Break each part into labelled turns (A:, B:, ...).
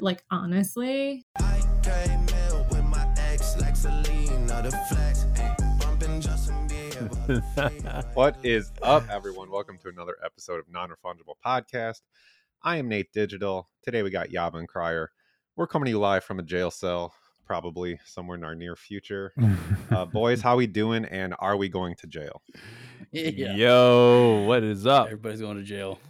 A: Like, honestly.
B: I came in with my ex, like Selena, the flex. ayy. Bumping Justin Bieber, the flex.
C: What is up, everyone? Welcome to another episode of Non Refundable Podcast. I am Nate Digital. Today we got Yavin Crier. We're coming to you live from a jail cell, probably somewhere in our near future. Uh, boys, how we doing? And are we going to jail? Mm-hmm.
D: yeah.
E: Yo, what is up?
D: Everybody's going to jail.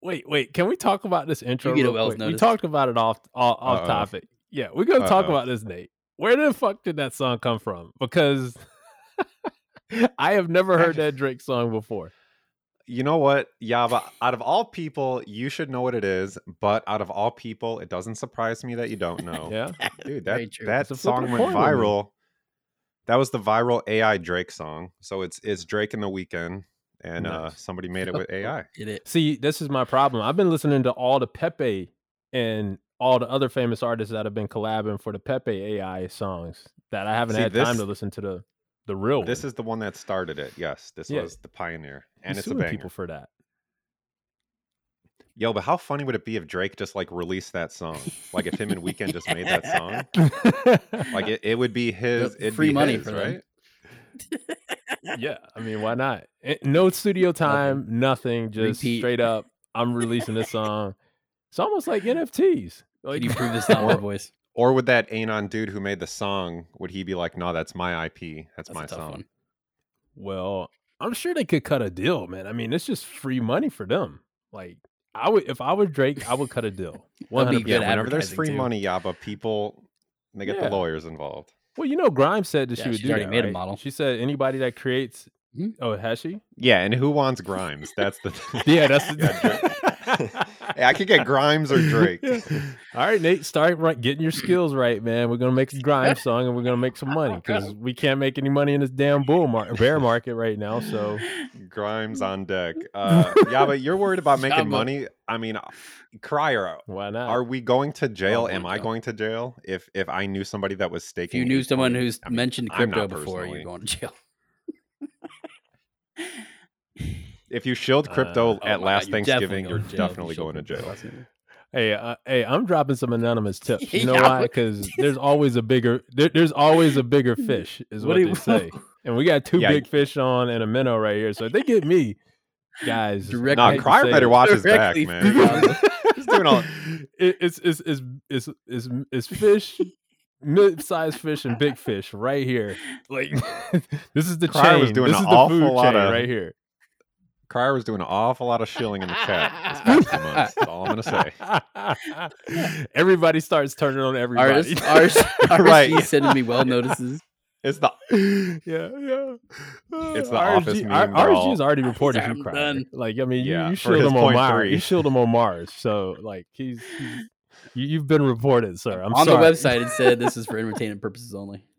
E: Wait, wait. Can we talk about this intro?
D: get a
E: real
D: Wells
E: quick? We
D: notice.
E: talked about it off off,
C: Uh-oh.
E: off topic. Yeah, we're gonna talk
C: Uh-oh.
E: about this, Nate. Where the fuck did that song come from? Because I have never heard that Drake song before.
C: You know what, Yava? Out of all people, you should know what it is, but out of all people, it doesn't surprise me that you don't know.
E: Yeah,
C: Dude,
D: Very
C: that,
D: true.
C: that
E: It's a flip of
C: song
E: a
C: went
E: coin with me.
C: viral. That was the viral AI Drake song. So it's it's Drake in the weekend, and uh,
E: Nice.
C: somebody made it with AI.
D: Get it?
E: See, this is my problem. I've been listening to all the Pepe and all the other famous artists that have been collabing for the Pepe AI songs that I haven't
C: See,
E: had time
C: this-
E: to listen to the the real.
C: This
E: one.
C: is the one that started it. Yes, this
E: Yeah.
C: was the pioneer,
E: You
C: and it's a
E: suing
C: banger.
E: people for that.
C: Yo, but how funny would it be if Drake just like released that song? Like if him and Weekend just made that song, like it, it would be his. It'd
D: free
C: be
D: money
C: his,
D: for them.
C: right?
E: yeah, I mean, why not? Eh, No studio time, nothing, just
D: Repeat.
E: straight up. I'm releasing this song. It's almost like NFTs.
D: Can
E: Like,
D: you prove this not my voice?
C: Or would that Anon dude who made the song? Would he be like, "No, that's my IP. That's,
D: That's
C: my
D: a tough
C: song."
D: one.
E: well, I'm sure they could cut a deal, man. I mean, it's just free money for them. Like, I would, if I were Drake, I would cut a deal. One
D: That'd
E: hundred
D: be
C: Yeah,
D: good
E: percent.
C: whenever there's
D: advertising,
C: free
D: too.
C: money, yeah, but people they get
E: Yeah.
C: the lawyers involved.
E: Well, you know, Grimes said that
D: Yeah,
E: she would
D: she's
E: do
D: already
E: that,
D: made a
E: right?
D: model.
E: She said anybody that creates.
D: Mhm.
E: Oh, has she?
C: Yeah, and who wants Grimes? That's the. thing.
E: Yeah, that's.
C: Yeah,
E: The...
C: Hey, I could get Grimes or Drake.
E: Yeah. All right, Nate, start right, getting your skills right, man. We're gonna make a grime song and we're gonna make some money because we can't make any money in this damn bull market, bear market right now. So
C: Grimes on deck. Uh, yeah, but you're worried about making
D: Jabba.
C: money. I mean, uh, Crier,
E: why not?
C: are we going to jail?
D: Uh, oh my
C: Am I
D: God.
C: going to jail? If if I knew somebody that was
D: If
C: staking,
D: you knew
C: eight
D: someone
C: point-
D: who's
C: I mean,
D: mentioned
C: I'm not
D: crypto before,
C: personally.
D: you're going to jail.
C: if you shilled
E: Uh,
C: crypto
E: oh
C: at
D: my God,
C: last
D: you're
C: Thanksgiving,
D: definitely
C: you're definitely going to
D: going to jail if you show people
C: jail.
D: last name.
E: hey, uh, hey, I'm dropping some anonymous tips. You know
D: Yeah,
E: why?
D: what-
E: Because there's always a bigger there, there's always a bigger fish, is what,
D: do
E: they
D: you-
E: say. And we got two
C: Yeah,
E: big fish on and a minnow right here. So if they get me, guys.
D: Direct-
E: I
C: Nah,
E: hate to
C: Crier
E: say
C: better
E: it.
C: watch his back,
D: Directly
C: man.
D: from-
C: He's doing all.
E: It- it's it's it's it's it's it's fish, mid-sized fish and big fish right here. Like this is the
C: Cryer
E: chain.
C: was doing
E: this
C: an
E: is the food
C: awful lot
E: chain
C: of-
E: right here.
C: Crier was doing an awful lot of shilling in the chat. This past few months. That's all I'm gonna say.
E: everybody starts turning on everybody.
D: Ours, ours,
C: Right.
D: right. He's sending me well notices.
C: It's the
E: yeah, yeah.
C: It's the
E: RG,
C: office
E: R-
C: meme, bro.
E: RG has already reported
D: I'm
E: you crying.
D: done.
E: Like I mean,
C: Yeah,
E: you, you
C: for his
E: shielded him on
C: point
E: Mars.
C: three.
E: You shielded him on Mars. So like he's, he's you, you've been reported, sir. I'm
D: On
E: sorry.
D: the website, it said this is for entertainment purposes only.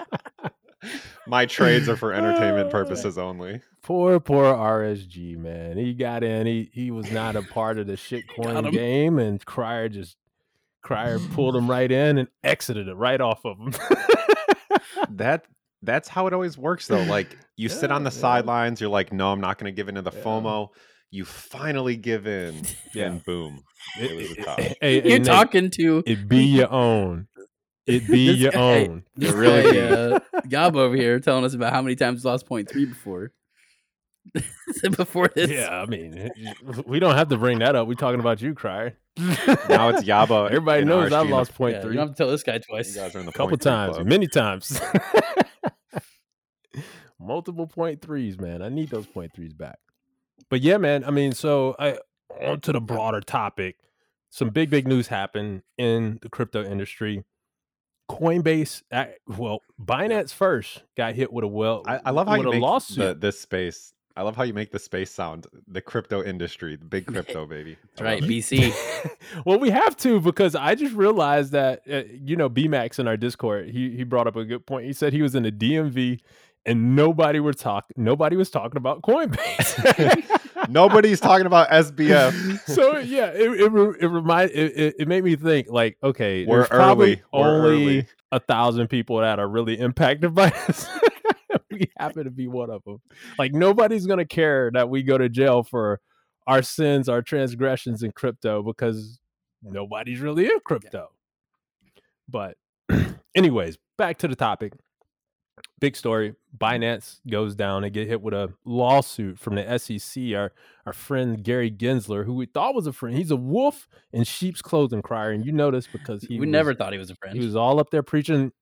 C: my trades are for entertainment purposes only.
E: Poor, poor RSG, man. He got in. He he was not a part of the
D: Got
E: shitcoin
D: him.
E: game, and Crier just Crier pulled him right in and exited it right off of him.
C: That that's how it always works though. Like you sit
E: Yeah,
C: on the
E: yeah.
C: sidelines, you're like, no, I'm not gonna give in to the
E: Yeah.
C: FOMO. You finally give in, and boom. It was a top.
E: Hey, hey,
D: You're
E: Nate,
D: talking to
E: It be your own. It be
D: This
E: your
D: guy-
E: own.
D: this
C: really
D: guy,
C: did.
D: uh, Gob over here telling us about how many times he's lost point three before. before this,
E: Yeah, I mean, we don't have to bring that up. We're talking about you, Crier.
C: Now it's Yaba.
E: Everybody
C: and
E: knows
C: RSG
E: I've
C: in the-
E: lost point
D: Yeah,
E: three.
D: You don't have to tell this guy
C: you
D: twice.
C: guys are in the
E: couple
C: point three
E: times,
C: club.
E: many times. Multiple point threes, man. I need those point threes back. But yeah, man. I mean, so I on to the broader topic. Some big, big news happened in the crypto industry. Coinbase, ac- well, Binance first got hit with a well.
C: I, I love how
E: with
C: you
E: a
C: make
E: lawsuit.
C: the, this space. I love how you make the space sound the crypto industry, the big crypto baby.
D: That's
C: I
D: right,
C: love it.
D: BC.
E: well, we have to because I just realized that uh, you know BMax in our Discord he he brought up a good point. He said he was in the DMV and nobody were talk nobody was talking about Coinbase.
C: Nobody's talking about SBF.
E: so yeah, it it, re- it remind it, it, it made me think like okay,
C: We're
E: there's probably
C: early. We're
E: only
C: early.
E: a thousand people that are really impacted by this. we happen to be one of them. Like nobody's gonna care that we go to jail for our sins, our transgressions in crypto because nobody's really in crypto. But, anyways, back to the topic. Big story. Binance goes down. They get hit with a lawsuit from the SEC. Our our friend Gary Gensler, who we thought was a friend, he's a wolf in sheep's clothing crier, and you know this because he
D: we
E: was-
D: never thought he was a friend.
E: he was all up there preaching.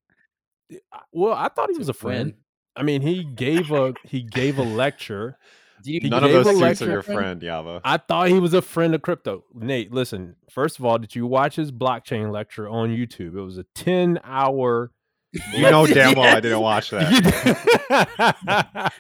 E: eh, I- Well, I thought he was a friend.
D: When?
E: I mean, he gave a he gave a lecture.
D: Do you
E: He
C: None of
E: gave
C: those
E: a
C: suits
E: lecture,
C: are your
D: friend?
C: friend, Yava.
E: I thought he was a friend of crypto. Nate, listen. First of all, did you watch his blockchain lecture on YouTube? It was a ten hour.
C: You know damn well I
D: Yes.
C: didn't watch that.
E: I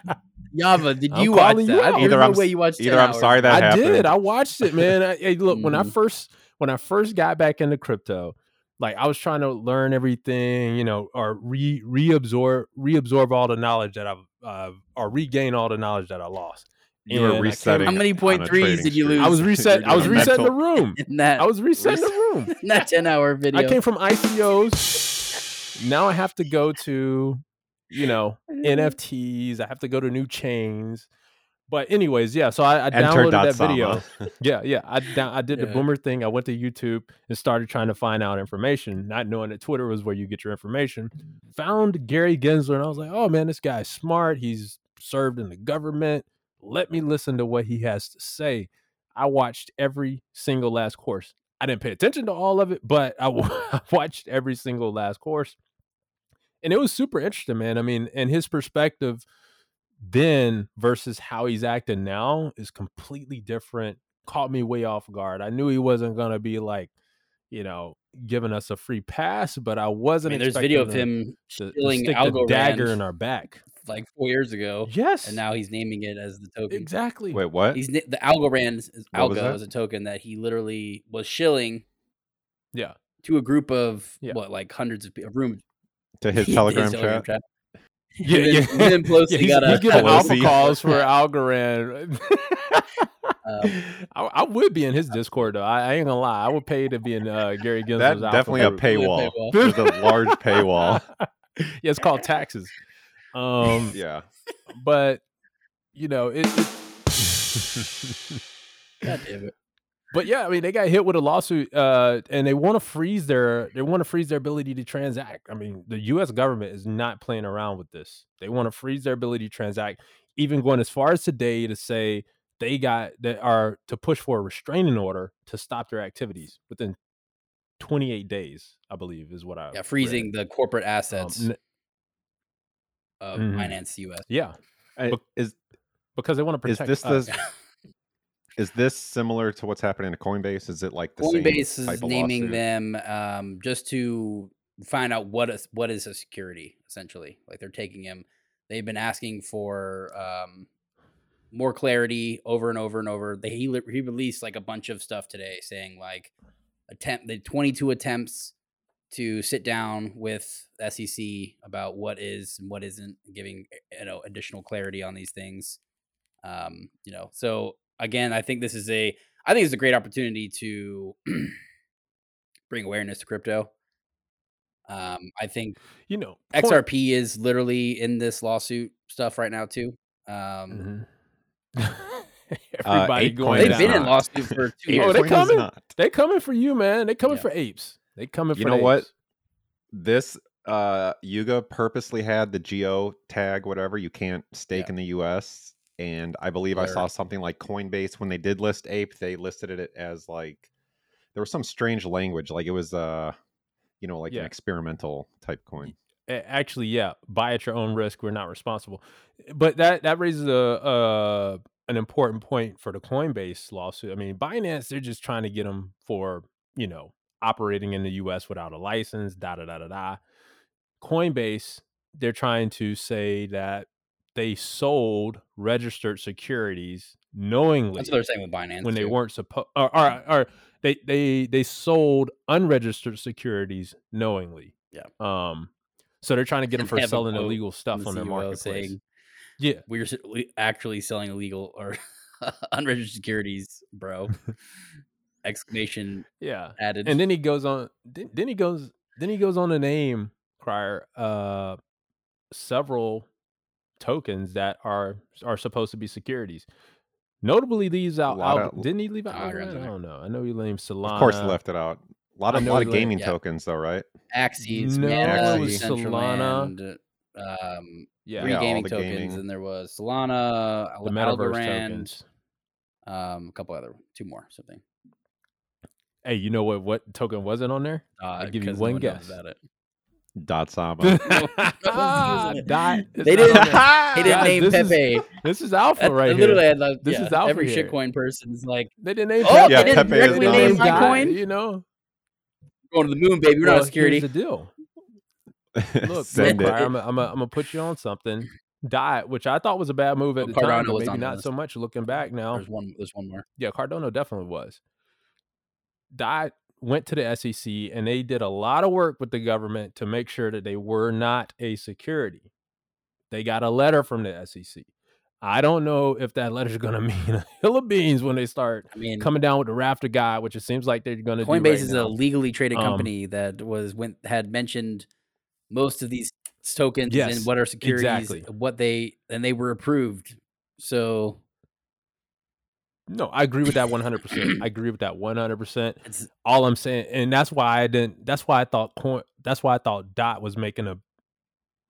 D: Yava, did
E: I'm
D: you watch
E: calling
D: that?
E: you
D: I-
E: out.
D: there's
C: Either
D: no
C: I'm s-
D: way you watched
C: Either
D: 10
C: I'm
D: hours.
C: sorry that happened. Mm.
E: did. I watched it, man. I, hey, look, when I
D: Mhm.
E: first when I first got back into crypto, like I was trying to learn everything, you know, or re reabsorb reabsorb all the knowledge that I've uh, or regain all the knowledge that I lost.
C: you
E: And I
C: were
E: came-
C: resetting.
D: How many
C: on a
D: point threes
C: trading
D: did you
C: streak.
D: lose?
E: I was reset.
C: You're
E: I was
C: doing a
E: resetting the
C: mental-
E: room.
D: in that
E: I was resetting the
D: Reset-
E: room.
D: in that ten hour video.
E: I came from ICOs. Now I have to go to, you know,
C: Mm.
E: NFTs. I have to go to new chains. But anyways, yeah. So I, I
C: Enter
E: downloaded
C: dot
E: that
C: Sama.
E: video. Yeah, yeah. I down, I did the
D: Yeah.
E: boomer thing. I went to YouTube and started trying to find out information, not knowing that Twitter was where you get your information. Found Gary Gensler, and I was like, "Oh man, this guy's smart. He's served in the government. Let me listen to what he has to say." I watched every single last course. I didn't pay attention to all of it, but I wa- watched every single last course, and it was super interesting, man. I mean, and his perspective then versus how he's acting now is completely different caught me way off guard. I knew he wasn't gonna be like, you know, giving us a free pass, but I
D: I
E: wasn't.
D: mean, there's
E: expecting
D: video of
E: them
D: him
E: to, to
D: stealing
E: stick the
D: algo
E: dagger in
D: rand
E: our back.
D: like four years ago,
E: Yes,
D: and now he's naming it as the token.
E: exactly.
C: Wait, what?
D: He's na- the Algorand is
C: What was
D: Algo
C: that?
D: is a token that he literally was shilling
E: Yeah,
D: to a group of
E: Yeah.
D: what like hundreds of pe- a room
C: to his Telegram chat.
E: yeah,
D: then- and then Pelosi
E: he's,
D: got
E: he's
D: a-
E: giving alpha
C: Pelosi.
E: calls for Algorand.
D: Uh,
E: I, I would be in his Discord though. I, I ain't gonna lie. I would pay to be in uh, Gary Gensler's
C: That's
E: alpha
C: definitely a
E: group.
C: paywall.
D: paywall.
C: There's a large paywall.
E: yeah, it's called taxes. Um,
C: Yeah.
E: but you know, it, it,
D: God damn it.
E: But yeah, I mean, they got hit with a lawsuit, uh, and they want to freeze their they want to freeze their ability to transact. I mean, the U.S. government is not playing around with this. They want to freeze their ability to transact, even going as far as today to say they got that are to push for a restraining order to stop their activities within 28 days. I believe is what I
D: Yeah,
E: read.
D: freezing the corporate
E: Um,
D: assets
E: n-
D: of
E: mhm.
D: Binance U.S.
E: yeah,
C: I-
E: Bec-
C: is
E: because they want to
C: is
E: protect. uh, us.
C: this the is this similar to what's happening to Coinbase? Is it like the same
D: Coinbase
C: type
D: is
C: of
D: naming
C: lawsuit?
D: them um, just to find out what is what is a security essentially. Like they're taking him. They've been asking for um, more clarity over and over and over. They he, li- he released like a bunch of stuff today saying like attempt the 22 attempts to sit down with SEC about what is and what isn't, giving you know additional clarity on these things. Um, you know, so again, I think this is a I think it's a great opportunity to bring awareness to crypto. Um, I think
E: you know point-
D: XRP is literally in this lawsuit stuff right now too. Um,
E: Mhm.
C: Uh,
E: Everybody
C: Apecoin
E: going.
C: is
D: They've
E: down.
D: been in
C: not.
D: lawsuit for two
E: years. Oh, they
C: Apecoin is
E: coming?
C: not.
E: They coming for you, man. They coming
D: Yeah.
E: for apes. They coming for
C: You
E: the
C: know what?
E: apes.
C: this uh yuga purposely had the geo tag whatever you can't stake
D: Yeah.
C: in the us and i believe i saw
D: Blur.
C: something like coinbase when they did list ape they listed it as like there was some strange language like it was uh you know like
E: Yeah.
C: an experimental type coin
E: A- Actually, yeah, buy at your own risk. We're not responsible. But that that raises a uh an important point for the Coinbase lawsuit. I mean, Binance they're just trying to get them for you know operating in the U.S. without a license. Da da da da da. Coinbase they're trying to say that they sold registered securities knowingly.
D: That's what they're saying with Binance
E: when they
D: too.
E: weren't supposed or, or, or they they they sold unregistered securities knowingly
D: Yeah.
E: um so they're trying to get them
D: And
E: for
D: have a
E: selling
D: quote
E: illegal
D: from
E: stuff
D: the
E: on their
D: CEO
E: marketplace
D: saying,
E: yeah
D: we're s- we actually selling illegal or unregistered securities, bro. Exclamation
E: yeah
D: added.
E: and then he goes on then, then he goes then he goes on to name crier uh several tokens that are are supposed to be securities Notably leaves out
C: Lot
E: Al-
C: of-
E: didn't he leave out
D: Algorand
E: Algorand?
D: in
E: I
D: there.
E: don't know. I know he named Solana.
C: Of course, left it out. A lot
E: I
C: of,
E: know
C: lot
E: he
C: of
E: left-
C: gaming
D: yeah.
C: tokens, though, right?
D: Axes,
E: No,
D: Mana,
C: it was
E: Solana.
D: Centraland, um,
E: Yeah,
D: three
C: all
D: gaming
C: the
D: tokens,
C: gaming.
D: and there was Solana, Al-
E: the metaverse
D: Algorand,
E: tokens.
D: um, a couple other, two more, something.
E: Hey, you know what? What token wasn't on there?
D: Uh,
E: give you
D: 'cause no
E: one
D: one knows
E: guess.
D: about it.
C: Dot Saba.
E: Dot. it's
D: They
E: not on
D: didn't-
E: there. Guys,
D: He didn't name
E: this is-
D: Pepe.
E: This is alpha
D: That's
E: right
D: literally,
E: here.
D: I love,
E: This
D: yeah,
E: is alpha
D: every
E: here.
D: shitcoin person's like
E: They didn't name.
D: Oh,
E: Pepe.
C: Yeah, they didn't Pepe is
E: They
C: directly not
E: didn't
C: name on my
E: Dot,
D: coin?
E: You know,
D: going to the moon, baby. We're
E: Well,
D: not a
E: here's
D: security.
E: the deal. Look,
C: Send
E: look
C: it.
E: Briar, I'm gonna I'm gonna put you on something. Diet, which I thought was a bad move at
D: Oh,
E: the time,
D: Cardano
E: but
D: was
E: maybe
D: on the
E: not
D: list.
E: so much looking back now.
D: There's one. There's one more.
E: Yeah, Cardano definitely was. Diet went to the SEC and they did a lot of work with the government to make sure that they were not a security. They got a letter from the SEC. I don't know if that letter's gonna mean a hill of beans when they start
D: I mean,
E: coming down with the rafter guy, which it seems like they're gonna do.
D: Mm. Coinbase
E: right
D: is
E: now.
D: a legally traded
E: Um,
D: company that was went had mentioned most of these tokens
E: Yes,
D: and what are securities,
E: exactly.
D: what they and they were approved. So
E: No, I agree with that 100%. I agree with that 100%.
D: It's-
E: All I'm saying and that's why I didn't that's why I thought coin that's why I thought Dot was making a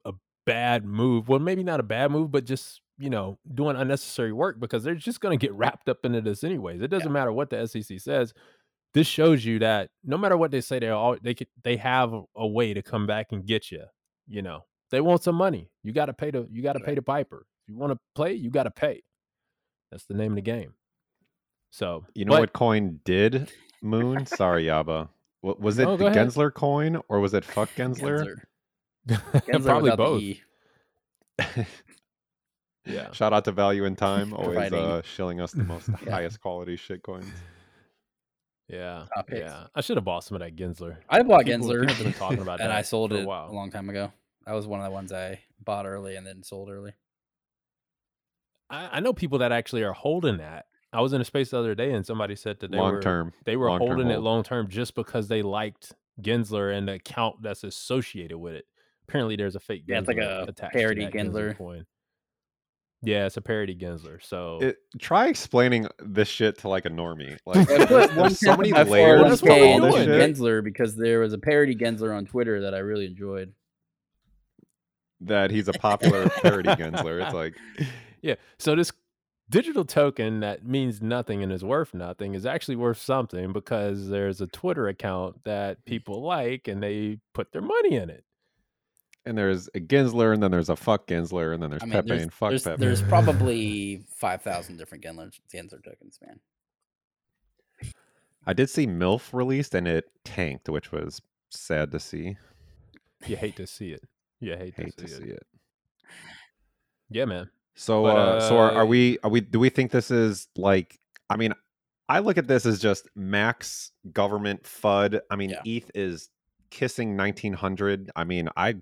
E: a bad move. Well, maybe not a bad move, but just, you know, doing unnecessary work because they're just going to get wrapped up into this anyways. It doesn't matter what the SEC says. This shows you that no matter what they say they all they could, they have a- a way to come back and get you, you know. They want some money. You got to pay the you got to pay the piper. If you want to play, you got to pay. That's the name of the game. So
C: You know
E: but-
C: what coin did, Moon? Sorry, Yaba. Wa- Was it
E: No,
C: the
E: go ahead.
C: Gensler coin or was it fuck Gensler?
D: Gensler
E: Probably
D: without the
E: both.
D: E.
E: Yeah.
C: Shout out to Value and Time, always
D: Providing-
C: uh, shilling us the most
D: Yeah.
C: highest quality shit coins.
E: Yeah.
D: Top picks.
E: Yeah. I should have bought some of that Gensler.
D: I bought
E: People-
D: Gensler
E: people have been talking about
D: and
E: that
D: I sold
E: for a
D: it a,
E: while.
D: long time ago. That was one of the ones I bought early and then sold early.
E: I, I know people that actually are holding that. I was in a space the other day and somebody said that they
C: Long
E: were
C: term.
E: they were
C: long-term
E: holding it
C: hold.
E: long term just because they liked Gensler and the account that's associated with it. Apparently there's a fake Gensler
D: Yeah, it's like a
E: attached
D: parody
E: to that Gensler.
D: Gensler.
E: coin. Yeah, it's a parody Gensler. So
C: It, try explaining this shit to like a normie. Like,
D: I put
C: there's,
D: one
C: there's so many
D: tenth of my
C: layers to
D: 401k
C: all this
E: doing,
C: shit.
D: into Gensler because there was a parody Gensler on Twitter that I really enjoyed.
C: that he's a popular parody Gensler. It's like
E: yeah. So this digital token that means nothing and is worth nothing is actually worth something because there's a Twitter account that people like and they put their money in it.
C: and there's a Gensler, and then there's a fuck Gensler, and then there's
D: I mean,
C: Pepe
D: there's,
C: and fuck
D: there's,
C: Pepe.
D: there's probably five thousand different Gensler Gensler tokens, man.
C: I did see MILF released, and it tanked, which was sad to see.
E: You hate to see it. You hate,
C: Hate to
E: see, it.
C: see it.
E: Yeah, man.
C: So,
E: But,
C: uh, so are,
E: uh,
C: are we? Are we? Do we think this is like? I mean, I look at this as just max government fud. I mean,
D: Yeah.
C: ETH is kissing nineteen hundred. I mean, I,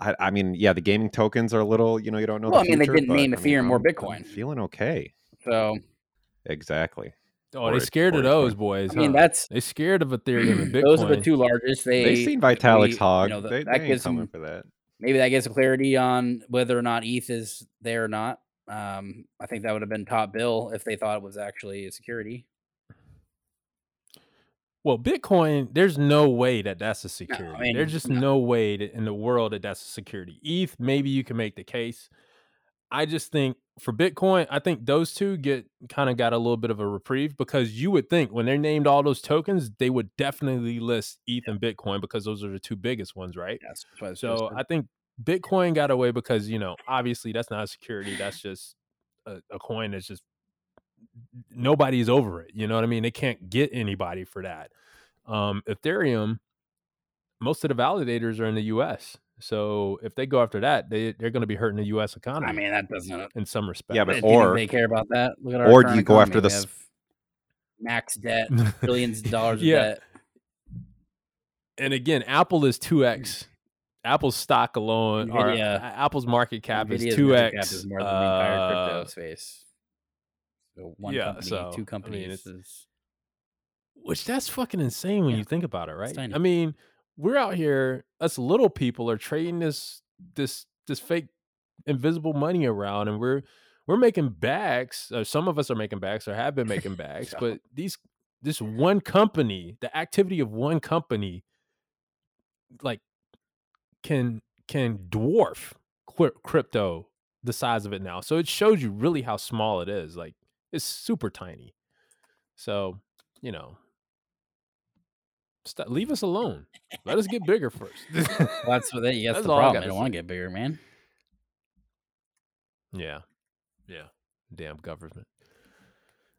C: I, I mean, yeah, the gaming tokens are a little. You know, you don't know.
D: Well,
C: the
D: I mean, they
C: future,
D: didn't
C: but,
D: name
C: I mean,
D: Ethereum or
C: I'm- I'm
D: Bitcoin.
C: feeling okay.
D: So
C: Exactly.
E: Oh,
C: Or
E: they
C: it's-
E: scared
C: or
E: of
C: it's fine.
E: those boys.
D: I mean,
E: huh?
D: that's
E: they scared of Ethereum and Bitcoin.
D: those are the two largest. They
C: They, have seen
D: we-
C: Vitalik's
D: you
C: hog.
D: know, th-
C: they,
D: that
C: they ain't
D: gives
C: coming
D: them
C: for that.
D: maybe that gives some clarity on whether or not ETH is there or not. Um, I think that would have been top bill if they thought it was actually a security.
E: Well, Bitcoin, there's no way that that's a security.
D: mean,
E: there's just
D: no.
E: no way that in the world that that's a security. ETH, maybe you can make the case. I just think for Bitcoin, I think those two get kind of got a little bit of a reprieve because you would think when they're named all those tokens, they would definitely list ETH and Bitcoin because those are the two biggest ones, right?
D: Yes, that's what I was gonna
E: So
D: say.
E: I think Bitcoin got away because you know obviously that's not a security. That's just a, a coin that's just nobody's over it. You know what I mean? They can't get anybody for that. Um, Ethereum, most of the validators are in the U.S. So if they go after that, they they're going to be hurting the U.S. economy
D: I mean that doesn't.
E: in some respect.
C: Yeah,
D: But
C: but
D: or
C: or-
D: they care about that. Look at our
C: or do
D: current
C: you go after
D: economy.
C: the
D: We
C: s-
D: have max debt, billions of dollars of
E: Yeah.
D: debt.
E: and again, Apple is two x. Apple's stock alone, or
D: Mm. Nvidia-
E: uh, Apple's market cap is
D: Nvidia's
E: two
D: market
E: x. uh,
D: cap is more than the entire crypto space. So one
E: yeah,
D: company,
E: so, I mean,
D: two companies
E: it's-
D: is
E: Which that's fucking insane when
D: Yeah.
E: you think about it, right?
D: tiny.
E: I mean, we're out here, us little people are trading this this this fake invisible money around and we're we're making bags. Or some of us are making bags or have been making bags,
D: Yeah.
E: but these this one company, the activity of one company, like can can dwarf cri- crypto the size of it now. So it shows you really how small it is. Like it's super tiny. So you know, st- leave us alone. Let us get bigger first.
D: Well, that's what they, that's,
E: That's
D: the
E: all I
D: problem.
E: gotta
D: They don't
E: say.
D: want to get bigger, man.
E: yeah, yeah. Damn government.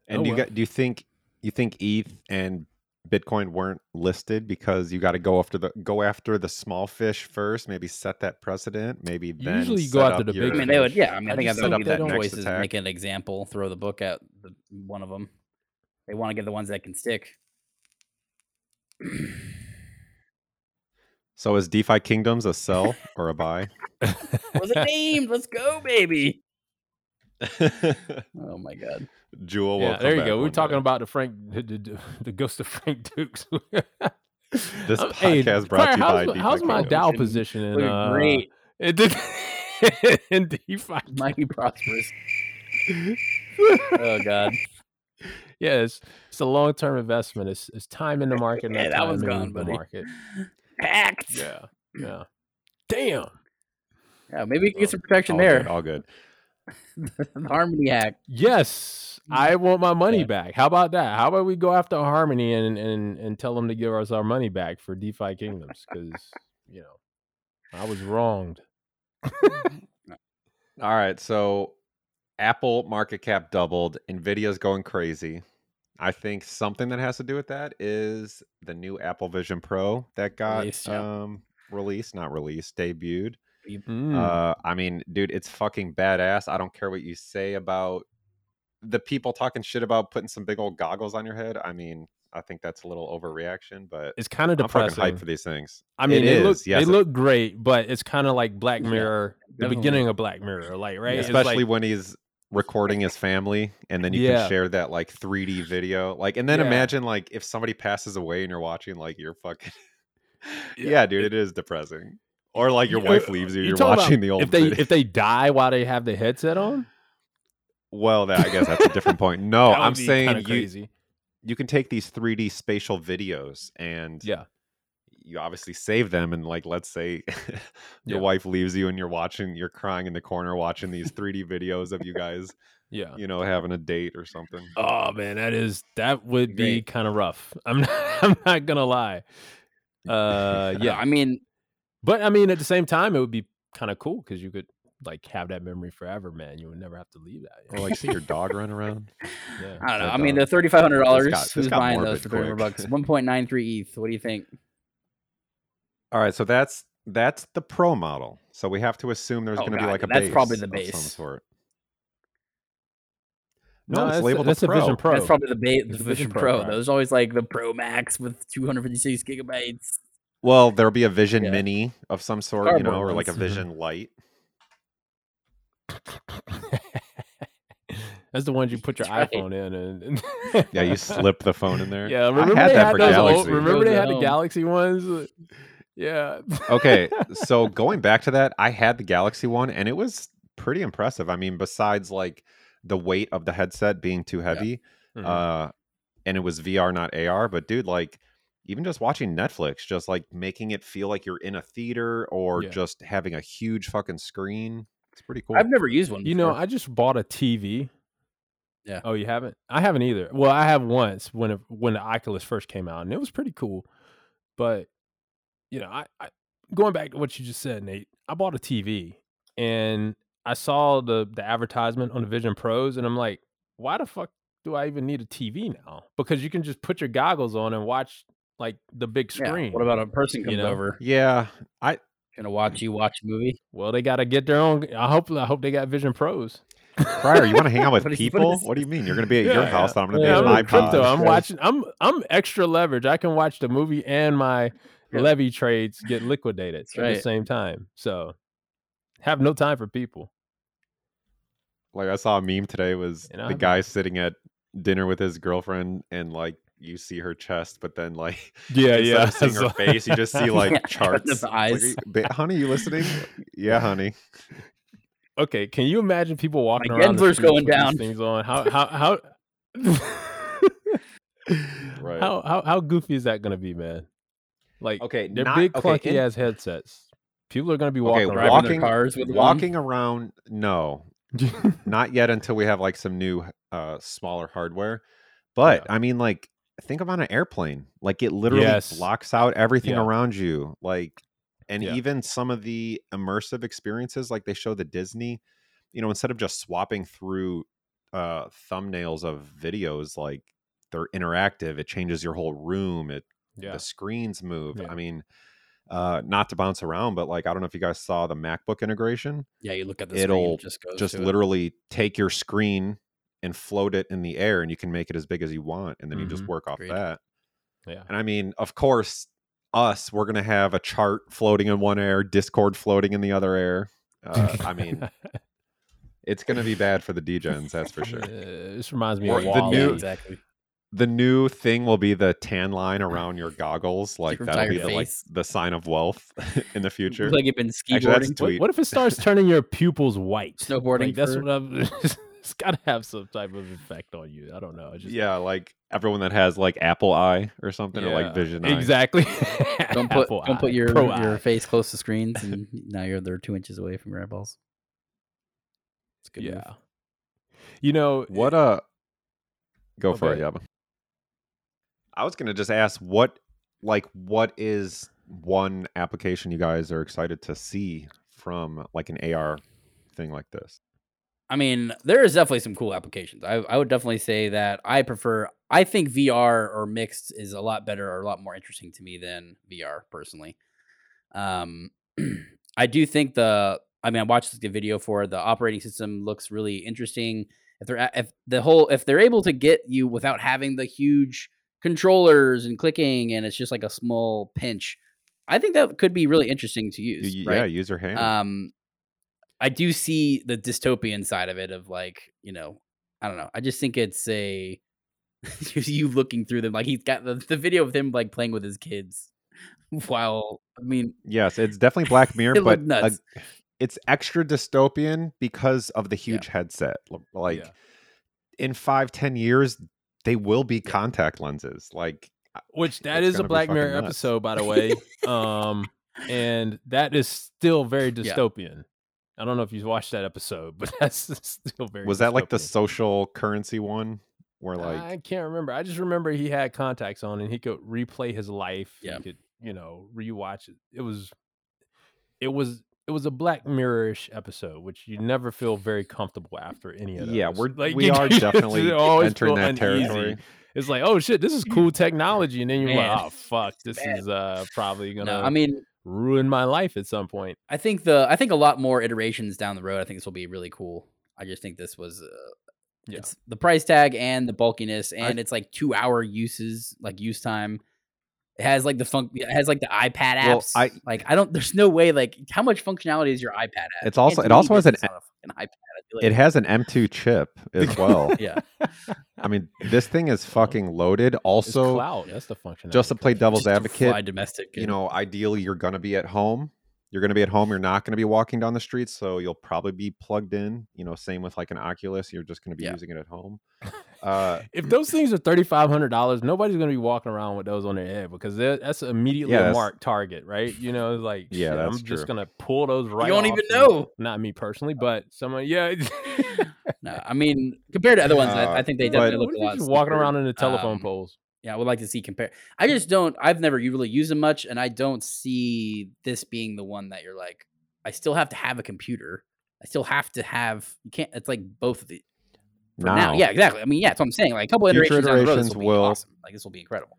C: And
E: Oh,
C: do you
E: well.
C: got, do you think you think ETH and Bitcoin weren't listed because you got to go after the go after the small fish first, maybe set that precedent, maybe
E: You
C: then
E: usually go
C: set
E: after
C: up
E: the big
C: your-
D: I mean, they would.
E: fish.
D: Yeah, I mean,
E: I
D: I think
E: just
D: that's what
E: think
D: they
E: that
D: do.
E: next
D: Voices is
C: attack.
D: make an example, throw the book at the, one of them. They want to get the ones that can stick.
C: So is DeFi Kingdoms a sell or a buy?
D: Was it named? Let's go, baby.
C: Jewel
D: Oh my god.
C: will.
E: yeah,
C: come
E: there you
C: back
E: go. We're
C: one
E: talking
C: day.
E: about the Frank, the, the, the ghost of Frank Dukes.
C: This
E: Um,
C: podcast brought to you
E: how's,
C: by DeFi
E: How's my
C: Kingdoms.
E: Dow
D: Looking-
E: position? In,
D: Looking
E: uh,
D: great.
E: in de- in DeFi.
D: Mighty prosperous. Oh god.
E: yeah, it's, it's a long term investment. It's, it's time in the market.
D: Yeah,
E: not
D: that
E: time
D: one's
E: in
D: gone,
E: the
D: buddy.
E: market.
D: Hacked. Yeah.
E: Yeah, yeah. Damn,
D: maybe we can
C: Oh,
D: get some protection
C: all
D: there.
C: Good, all good.
D: the harmony hack.
E: Yes, I want my money
D: Yeah.
E: back. How about that? How about we go after Harmony and and and tell them to give us our money back for DeFi Kingdoms? Because you know, I was wronged.
C: All right, so Apple market cap doubled. Nvidia's going crazy. I think something that has to do with that is the new Apple Vision Pro that got
D: Released, yeah.
C: um, released, not released, debuted.
E: Mm.
C: Uh, I mean, dude, it's fucking badass. I don't care what you say about the people talking shit about putting some big old goggles on your head. I mean, I think that's a little overreaction, but
E: it's kind of
C: I'm fucking
E: depressing.
C: hyped for these things.
E: I mean,
C: It
E: they look
C: is, yes,
E: they
C: it-
E: look great, but it's kind of like Black
D: Yeah,
E: Mirror, the
D: definitely.
E: beginning of Black Mirror, like right, It's
C: especially
E: like,
C: when he's recording his family and then you
E: Yeah.
C: can share that like 3d video like and then
E: Yeah.
C: imagine like if somebody passes away and you're watching like you're fucking
E: Yeah,
C: yeah, dude it is depressing or like your
E: You- uh,
C: wife leaves you
E: you
C: you're
E: talking about
C: watching the old
E: if they
C: video.
E: if they die while they have the headset on.
C: well that i guess that's a different point no
E: that would
C: Oh, i'm
E: be
C: saying
E: kinda
C: you
E: crazy.
C: you can take these 3d spatial videos and
E: Yeah,
C: you obviously save them and like let's say your
E: Yeah.
C: wife leaves you and you're watching you're crying in the corner watching these 3d videos of you guys
E: yeah.
C: you know having a date or something
E: Oh man, that is that would be
D: Great.
E: kind of rough. I'm not, I'm not gonna lie. Uh,
D: Yeah,
E: yeah,
D: I mean,
E: but I mean, at the same time, it would be kind of cool because you could like have that memory forever, man. You would never have to leave that.
C: or like see your dog run around
E: Yeah.
D: I don't know.
C: that
D: I mean,
C: dog.
D: they're thirty five hundred dollars.
C: This got-
D: Who's
C: this got
D: buying those
C: morbid
D: for three hundred
C: quick.
D: bucks? One point nine three ETH. What do you think?
C: All right, so that's that's the pro model. So we have to assume there's
D: Oh,
C: going to be
D: God,
C: like a
D: that's
C: base
D: probably the
C: of some
D: base.
C: sort. No, it's
E: that's-
C: labeled a
E: that's
C: Pro.
E: Vision Pro.
D: That's probably the bait.
E: It's
D: The
E: the
D: Vision
E: Vision Pro,
D: Pro.
E: right?
D: Those always like the Pro Max with two hundred fifty six gigabytes.
C: Well, there'll be a Vision
D: Yeah.
C: Mini of some sort, you know,
D: Cardboard
C: or like a
E: ones. Mhm.
C: Vision Light.
E: That's the ones you put your
D: That's right.
E: iPhone in, and,
C: Yeah, you slip the phone in there.
E: Yeah,
C: I
E: remember
C: had
E: they
C: that
E: had
C: for
E: those old-
C: Galaxy. um
E: remember they
D: Those at
E: had the
D: home.
E: Galaxy ones. Yeah.
C: okay, so going back to that, I had the Galaxy one, and it was pretty impressive. I mean, besides like the weight of the headset being too heavy,
E: Mm-hmm.
C: uh and it was vr not ar but dude like even just watching netflix just like making it feel like you're in a theater or
E: Yeah.
C: just having a huge fucking screen it's pretty cool
D: I've never used one.
E: You know,
D: before.
E: I just bought a TV.
D: Yeah.
E: Oh, you haven't? I haven't either. Well, I have once when it, when the Oculus first came out, and it was pretty cool. But you know, I, I going back to what you just said, Nate. I bought a TV, and I saw the the advertisement on the Vision Pros, and I'm like, why the fuck do I even need a TV now? Because you can just put your goggles on and watch like the big
D: Yeah,
E: screen.
D: What about a person comes
E: know?
D: over?
C: yeah
D: Gonna watch you watch a movie?
E: Well, they got to get their own. I hope I hope they got Vision Pros.
C: prior you want to hang out with
D: What do you- what
C: people
D: is-
C: what do you mean you're gonna be at
E: Yeah,
C: your
E: yeah.
C: house and i'm gonna
E: Yeah, I'm
C: be at
E: in
C: my
E: crypto.
C: pod
E: I'm watching. I'm I'm extra leverage. I can watch the movie and my
D: Yeah.
E: levy trades get liquidated
D: That's
E: at the
D: right.
E: same time. So have no time for people.
C: like i saw a meme today was
E: You know,
C: the
E: I'm-
C: guy sitting at dinner with his girlfriend and like you see her chest but then like
E: Yeah,
C: instead of seeing her face you just see like
D: Yeah,
C: charts
D: the
C: It's like,
D: eyes.
C: "Ba- honey you listening yeah honey
E: okay, can you imagine people walking
D: Like,
E: around? the
D: Denver's
E: streets
D: going
E: with these
D: down.
E: Things on. How how how.
C: Right.
E: How how how goofy is that going to be, man? Like,
C: Okay,
E: they're
C: not-
E: big
C: okay,
E: clunky
C: in-
E: ass headsets. People are going to be
C: Okay,
E: walking
D: Driving
E: around.
C: walking-
D: their cars with
C: Walking around, no,
E: Walking.
C: not yet until we have like some new uh smaller hardware but i mean like think about an airplane like it literally
E: Yes.
C: blocks out everything
E: Yeah.
C: around you like and
E: Yeah.
C: even some of the immersive experiences like they show the disney you know instead of just swapping through uh thumbnails of videos like they're interactive it changes your whole room it
E: yeah.
C: the screens move
E: Yeah.
C: i mean uh not to bounce around but like i don't know if you guys saw the macbook integration
D: Yeah, you look at the screen,
C: it'll
D: it just goes
C: just
D: to it.
C: literally take your screen and float it in the air and you can make it as big as you want and then you just
E: Mhm.
C: work off
D: Mm-hmm. Agreed.
C: that
E: Yeah.
C: and i mean of course us we're going to have a chart floating in one air discord floating in the other air uh, i mean it's going to be bad for the dgens that's for sure
E: Uh, this reminds me
C: Or
E: of
C: the
E: Wall-E.
C: new-
D: exactly.
C: the new thing will be the tan line around your goggles like
D: your
C: that'll be
D: entire
C: the, like
D: face.
C: the sign of wealth in the future
D: Looks like you've been skiboarding,
C: Actually, that's a
E: What,
C: tweet.
E: what if it starts turning your pupils white?
D: snowboarding.
E: Like, that's
D: for-
E: what I'm. it's got to have some type of effect on you. I don't know. It's just,
C: yeah like everyone that has like apple eye or something or
E: Yeah,
C: like vision eye.
E: Exactly.
D: don't put
E: Apple
D: don't put
E: Eye,
D: your
E: Pro
D: your
E: Eye.
D: face close to screens, and now you're they're two inches away from your eyeballs. It's a good.
E: yeah.
D: move.
E: You know
C: What uh go
E: Oh,
C: for it,
E: go
C: Yabba. I was gonna just ask what like what is one application you guys are excited to see from like an AR thing like this?
D: I mean, there is definitely some cool applications. I, I would definitely say that I prefer. I think VR or mixed is a lot better or a lot more interesting to me than VR personally. Um, I do think the. I mean, I watched the video for the operating system looks really interesting. If they're a- if the whole if they're able to get you without having the huge controllers and clicking and it's just like a small pinch, I think that could be really interesting to
C: Y-
D: use.
C: y-
D: right?
C: Yeah, use your hand.
D: um i do see the dystopian side of it of like you know i don't know i just think it's a you- you looking through them like he's got the, the video of him like playing with his kids while i mean
C: yes, it's definitely Black Mirror,
D: it
C: but
D: looked
C: uh,
D: nuts
C: it's extra dystopian because of the huge headset. L- Like
E: Yeah.
C: in five, ten years, they will be contact lenses. Like
E: Which that is
C: It's
E: a
C: gonna be
E: Black
C: fucking
E: Mirror
C: nuts.
E: episode, by the way. um, and that is still very
D: Yeah.
E: dystopian. I don't know if you've watched that episode, but that's still very.
C: was that like the
E: dystopian.
C: social currency one where like
E: I can't remember. I just remember he had contacts on and he could replay his life.
D: Yeah.
E: He could, you know, rewatch it. It was it was it was a black mirror-ish episode, which you never feel very comfortable after any of those.
C: Yeah, we're
E: Like,
C: we
E: you
C: are
E: just
C: definitely
E: always
C: entering
E: feel
C: that
E: uneasy.
C: territory.
E: It's like, oh shit, this is cool technology. And then you're
D: Man.
E: like, oh fuck, this
D: Bad.
E: is uh probably gonna
D: no, i mean
E: ruin my life at some point.
D: i think the i think a lot more iterations down the road i think this will be really cool i just think this was uh,
E: Yeah.
D: it's the price tag and the bulkiness and it's like two hour uses like use time it has like the funk it has like the ipad
C: Well,
D: apps
C: I-
D: like i don't there's no way like how much functionality is your ipad app You
C: It's also-
D: can't
C: it
D: do
C: also has
D: anything
C: an
D: that's not a fucking ipad I feel
C: It
D: like.
C: has an M2 chip as well.
D: yeah
C: I mean, this thing is fucking loaded.
E: It's
C: Also,
E: cloud. That's the function.
C: just to play devil's
D: just to fly
C: advocate,
D: domestic
C: you
D: and-
C: know, ideally you're going to be at home. You're going to be at home. You're not going to be walking down the street. So you'll probably be plugged in. You know, same with like an Oculus. You're just going to be
D: Yeah.
C: using it at home. Uh,
E: if those things are thirty five hundred dollars, nobody's gonna be walking around with those on their head because they're- that's immediately
C: Yeah,
E: a
C: that's-
E: marked target, right? You know, it's like
C: Yeah,
E: shit,
C: that's
E: I'm just
C: true.
E: gonna pull those right.
D: you don't
E: off
D: even
E: and-
D: know
E: Not me personally, but someone. Yeah,
D: no i mean compared to other ones
C: Uh,
D: I, I think they
C: but-
D: definitely
E: what if
D: look a
E: you're
D: lot
E: just walking
D: sleeker.
E: around in the telephone
D: Um,
E: poles?
D: yeah i would like to see compare i just don't i've never you really used them much and i don't see this being the one that you're like i still have to have a computer i still have to have you can't it's like both of the for now,
C: now,
D: yeah exactly i mean yeah that's what i'm saying like a couple
C: Future
D: iterations, down the road, this
C: iterations
D: will, be
C: will-
D: awesome like this will be incredible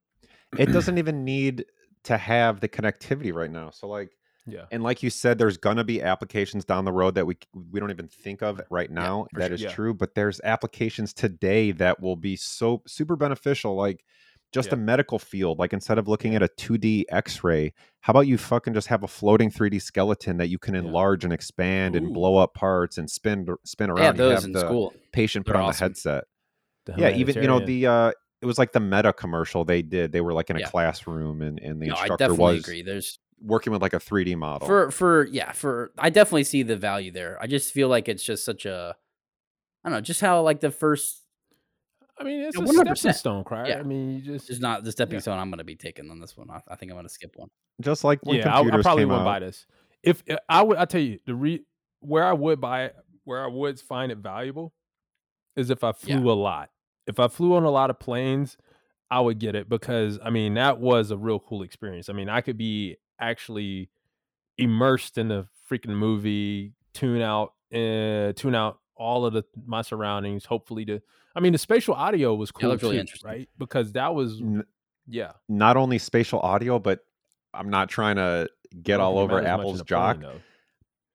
C: it doesn't even need to have the connectivity right now. So, like,
E: Yeah,
C: and like you said there's going to be applications down the road that we c- we don't even think of right now
D: for
C: That is
D: sure.
E: Yeah.
C: true but there's applications today that will be so super beneficial like just
E: Yeah.
C: the medical field like instead of looking at a 2d x-ray how about you fucking just have a floating 3d skeleton that you can
E: Yeah.
C: enlarge and expand
E: Ooh.
C: and blow up parts and spin spin around
D: yeah
C: You
D: those
C: have
D: in
C: the
D: school
C: patient put
D: They're
C: on
D: awesome.
C: the headset
E: The
C: yeah even you know
E: humanitarian.
C: the uh it was like the meta commercial they did they were like in a
D: Yeah.
C: classroom and and the
D: no i
C: instructor
D: definitely
C: was
D: agree there's
C: working with like a 3D model.
D: for for yeah for i definitely see the value there i just feel like it's just such a i don't know just how like the first
E: I mean, it's
D: Yeah,
E: a
D: 100%.
E: stepping stone, Cryer.
D: Yeah.
E: I mean, you just,
D: is not the stepping
E: Yeah.
D: stone i'm going to be taking on this one i, I think i'm going to skip one
C: Just like when
E: yeah, I, I
C: computers
E: probably
C: came
E: wouldn't
C: out.
E: buy this. If uh, I would, I tell you the re where I would buy it, where I would find it valuable, is if I
D: Yeah.
E: flew a lot. If I flew on a lot of planes, I would get it because I mean that was a real cool experience. I mean, I could be actually immersed in the freaking movie, tune out, uh, tune out all of the my surroundings. Hopefully, the I mean the spatial audio was cool
D: looked really
E: too,
D: interesting.
E: right? Because that was
C: N-
E: yeah.
C: not only spatial audio, but I'm not trying to
E: I
C: get
E: don't
C: all
E: think it
C: over
E: matters much in
C: Apple's
E: a plane,
C: jock,
E: though.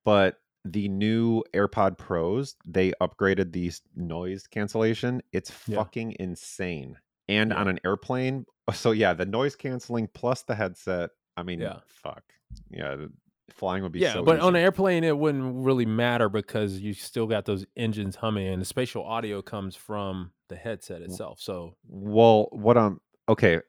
C: but the new AirPod Pros, they upgraded the s- noise cancellation. It's
E: Yeah.
C: fucking insane. And
E: Yeah.
C: on an airplane, so yeah, the noise canceling plus the headset. I mean,
E: Yeah.
C: fuck. Yeah, th- flying would be
E: yeah,
C: so
E: but on
C: easy.
E: an airplane, it wouldn't really matter because you still got those engines humming, and the spatial audio comes from the headset itself. So
C: Well, what I'm okay,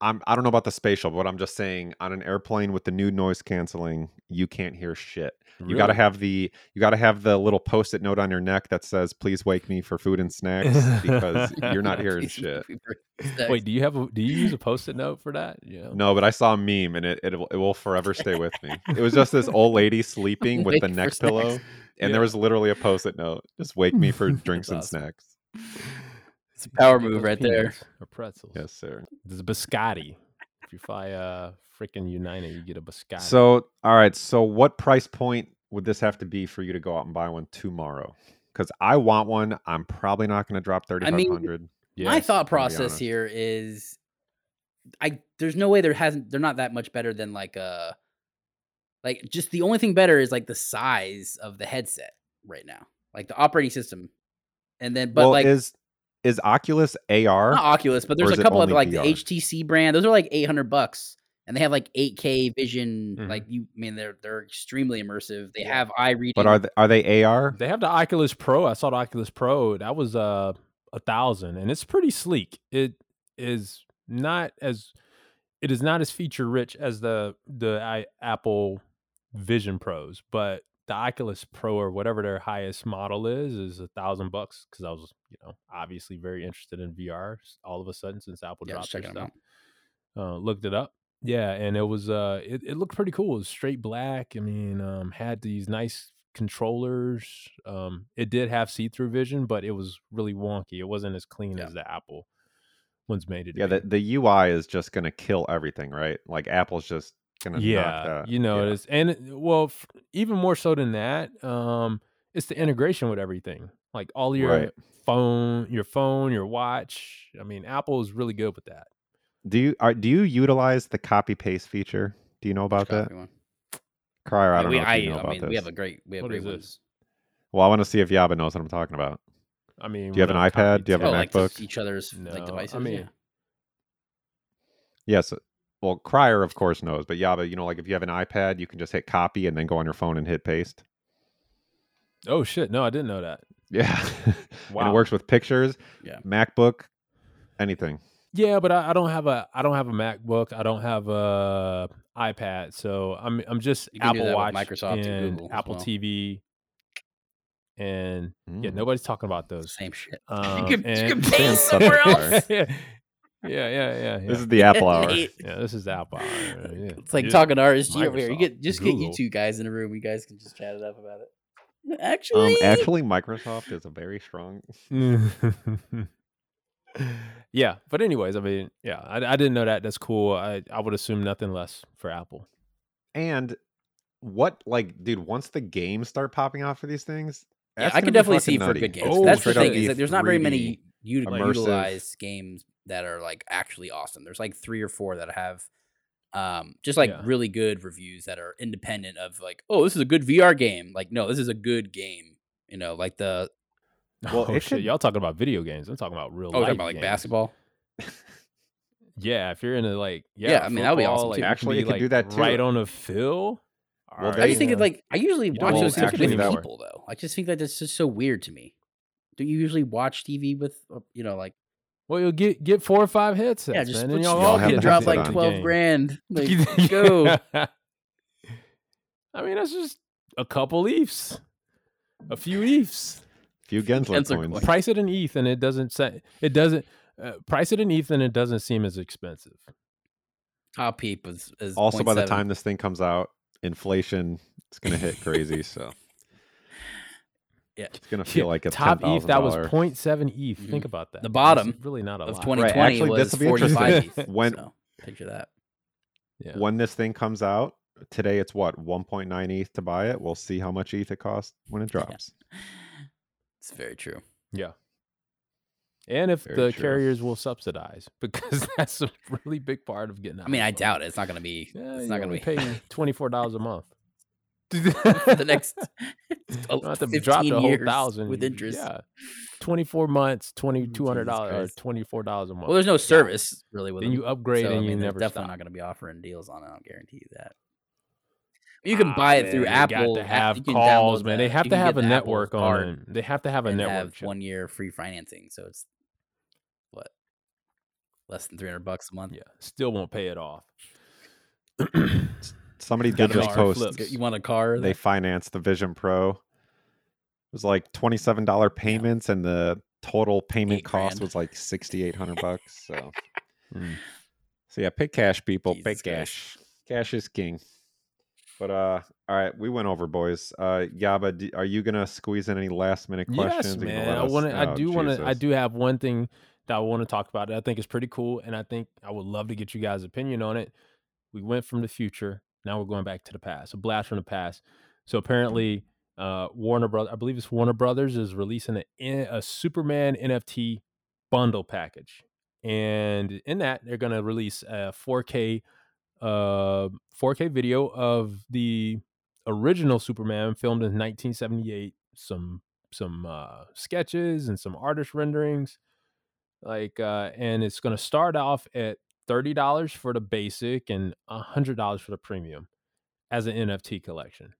C: I'm I don't know about the spatial, but I'm just saying on an airplane with the new noise canceling, you can't hear shit. You got to
E: really-
C: have the you got to have the little post-it note on your neck that says "Please wake me for food and snacks" because you're not hearing
D: Please
C: shit.
D: be very precise.
E: Wait, do you have? A, do you use a post-it note for that? Yeah.
C: No, but I saw a meme and it it, will- it will forever stay with me. It was just this old lady sleeping with
D: Wake
C: the
D: for
C: neck
D: snacks.
C: pillow, and there was literally a post-it note: "Just wake me for drinks and
E: That's awesome.
C: snacks."
D: it's a power
E: Take
D: move
E: those
D: right there
E: peanuts Or pretzels.
C: Yes, sir.
E: There's a biscotti. if you fly uh freaking United, you get a biscotti.
C: So, all right. So, what price point would this have to be for you to go out and buy one tomorrow? Because I want one. I'm probably not going to drop thirty
D: I
C: five
D: mean,
C: hundred.
D: my
E: Yes.
C: I'm
D: thought
C: gonna be
D: process
C: honest.
D: here is i there's no way there hasn't they're not that much better than like uh like just the only thing better is like the size of the headset right now like the operating system and then but
C: well,
D: like
C: is is Oculus AR?
D: not Oculus, but there's
C: or
D: a
C: is it
D: couple of
C: only
D: like
C: VR?
D: the HTC brand. Those are like 800 bucks, and they have like 8K vision.
E: Mhm.
D: Like you, I mean, they're they're extremely immersive. They
E: Yeah.
D: have eye reading.
C: but are they, are they AR?
E: They have the Oculus Pro. I saw the Oculus Pro. That was uh, a thousand, and it's pretty sleek. It is not as it is not as feature rich as the the I, Apple Vision Pros, but the Oculus Pro or whatever their highest model is is a thousand bucks. Because I was, you know, obviously very interested in VR. s- All of a sudden, since Apple
D: Yeah, I was
E: dropped their
D: checking 'em
E: stuff, uh, looked it up. Yeah, and it was uh, it, it looked pretty cool. It was straight black. I mean, um, had these nice controllers. Um, it did have see-through vision, but it was really wonky. It wasn't as clean
D: Yeah.
E: as the Apple ones made it. to
C: Yeah,
E: be.
C: the, the UI is just going to kill everything, right? Like Apple's just going to knock
E: yeah,
C: that.
E: you know
C: uh, yeah.
E: it is, and it- well, f- even more so than that, um, it's the integration with everything, like all your
C: Right.
E: phone, your phone, your watch. I mean, Apple is really good with that.
C: Do you are, do you utilize the copy paste feature? Do you know about that,
D: Copy one.
C: Crier? I
D: Like,
C: don't
D: we,
C: know if
D: I,
C: you know
D: I
C: about
D: mean,
C: this.
D: we have a great, we have
E: What
D: great
E: is this?
D: ones.
C: well, I want to see if Yaba knows what I'm talking about.
E: I mean,
C: you have an
E: without copy
C: iPad? Do you have a
D: oh,
E: text.
D: like
C: MacBook?
D: just each other's
E: No, I
D: like devices. yeah.
E: mean-
C: Yes. uh, Well, Crier, of course, knows, but Yaba, you know, like if you have an iPad, you can just hit copy and then go on your phone and hit paste.
E: Oh shit! No, I didn't know that.
C: Yeah. and
E: Wow.
C: it works with pictures,
D: Yeah.
C: MacBook, anything.
E: Yeah, but I, I don't have a I don't have a MacBook. I don't have a iPad. So I'm I'm just
D: You can do
E: Apple
D: that with
E: Watch,
D: Microsoft and
E: and
D: Google as
E: Apple
D: well. Mm-hmm.
E: TV, and yeah,
C: Mm.
E: nobody's talking about those.
D: Same shit.
E: Um,
D: you can, you
E: and-
D: can pay
C: Damn,
D: somewhere
C: fucking
D: else.
E: yeah, yeah, yeah, yeah.
C: This is the Apple Hour. Um,
D: Nate.
E: yeah, this is Apple. Hour, yeah.
D: It's like
E: Yeah.
D: talking to RSG over here. You
E: Microsoft,
D: get just get you
E: Google.
D: two guys in a room. You guys can just chat it up about it.
C: Um,
D: Actually,
C: actually, Microsoft is a very strong.
E: yeah, but anyways, I mean, yeah, I, I didn't know that. That's cool. I I would assume nothing less for Apple.
C: And what, like, dude, once the games start popping out for these things,
D: Yeah,
C: that's
D: I
C: gonna
D: could
C: be
D: definitely
C: fucking
D: see for
C: nutty.
D: good games.
E: Oh,
D: That's the
E: straight out
D: thing
E: the
C: E
D: is that there's not very many
C: 3D
D: u- like,
C: immersive-
D: utilized games that are like actually awesome. There's like three or four that have um just like
E: Yeah.
D: really good reviews that are independent of like, oh, this is a good VR game. Like, no, this is a good game. You know, like the
E: Well,
C: Well,
E: oh,
C: it
E: shit,
C: could-
E: y'all talking about video games. I'm talking about real.
D: oh, we're
E: life
D: talking about like
E: games.
D: basketball.
E: Yeah, if you're into like yeah,
D: Yeah, I mean, that would be awesome, too.
E: you can
C: Actually,
E: be,
C: it could do
E: like,
C: that, too.
E: right on the fill.
C: Well,
D: I
C: There
D: just
C: you
D: think it's
E: Yeah.
D: like I usually
E: You
D: watch
E: don't
D: those things
E: actually do
D: with
E: that.
D: people though. I just think that that's just so weird to me. Do you usually watch TV with uh, you know like
E: well, you'll get get four or five headsets.
D: yeah just
E: man, and
D: put-
E: y'all
C: Y'all
E: all
D: you
C: have
E: get
D: can
C: the
D: drop
C: headset
D: like
C: on.
D: twelve grand like go
E: I mean, that's just a couple ETHs, a few ETHs.
C: Few Gensler
D: Gensler
C: coins.
D: coins.
E: Price it in ETH, and it doesn't say it doesn't uh, price it in ETH, and it doesn't seem as expensive.
D: Top peep is, is
C: Also, by the
D: 0.7.
C: time this thing comes out, inflation it's going to hit crazy. so
D: Yeah.
C: it's going to feel like a
E: top ETH that was
C: $10,000
E: 0.7 ETH. Think
D: Mhm.
E: about that.
D: The
E: That's
D: bottom
E: really not a
D: of
E: lot.
D: 2020
C: actually,
D: was
C: this'll be interesting.
D: 45 ETH.
C: When-
D: so, picture that.
E: Yeah.
C: when this thing comes out today it's what 1.9 eth E to buy it we'll see how much eth it costs when it drops
D: It's very true.
E: and if
C: Very
E: the
C: true.
E: carriers will subsidize because that's a really big part of getting.
D: I mean, I doubt it. It's not going to be.
E: Yeah,
D: it's
E: you
D: not going to
E: only
D: be
E: paying twenty four dollars a month.
D: for the next.
E: You don't have to drop the
D: 15
E: whole
D: years
E: thousand
D: with
E: You-
D: interest. Mm,
E: Yeah, twenty four months, twenty two hundred
D: Jesus
E: dollars,
D: Christ.
E: twenty four dollars a month.
D: Well, there's no service really with
E: then
D: them,
E: you upgrade
D: so, I
E: and
D: mean,
E: you
D: they're
E: never
D: definitely
E: stop.
D: not going to be offering deals on it. I'll guarantee you that. You can buy it through Apple.
E: They Ah, got to have
D: app- Ah, you can download
E: calls, man.
D: the-
E: They have
D: you
E: to
D: can get
E: have a
D: the Apple
E: network
D: card
E: on. They have to have a
D: and
E: network.
D: Have
E: chip.
D: one year free financing, so it's what less than three hundred bucks a month.
E: Yeah, still won't pay it off.
C: somebody
E: Gotta
C: did just
E: make your
C: post
E: flips.
D: Get- You want a car?
C: they
D: They
C: financed the vision pro it was like $27 payments and the total payment
D: Eight
C: cost
D: grand. Hmm.
C: was like 6800 bucks so
E: Mm.
C: so yeah pay cash people pay
D: Jesus
C: cash
D: Christ.
C: cash is king but uh all right we went over boys uh yaba d are you gonna squeeze in any last minute
E: Yes,
C: questions Are you gonna
E: man.
C: let
E: I
C: us-
E: want to. I
C: oh,
E: do want to. I
C: Jesus.
E: do have one thing that I want to talk about. That I think is pretty cool, and I think I would love to get you guys' opinion on it. We went from the future. Now we're going back to the past. A blast from the past. So apparently, uh, Warner Brothers. I believe it's Warner Brothers is releasing a, a Superman NFT bundle package, and in that they're going to release a 4K, uh, 4K video of the original Superman filmed in 1978. Some some uh, sketches and some artist renderings like uh, and it's going to start off at $30 for the basic and $100 for the premium as an nft collection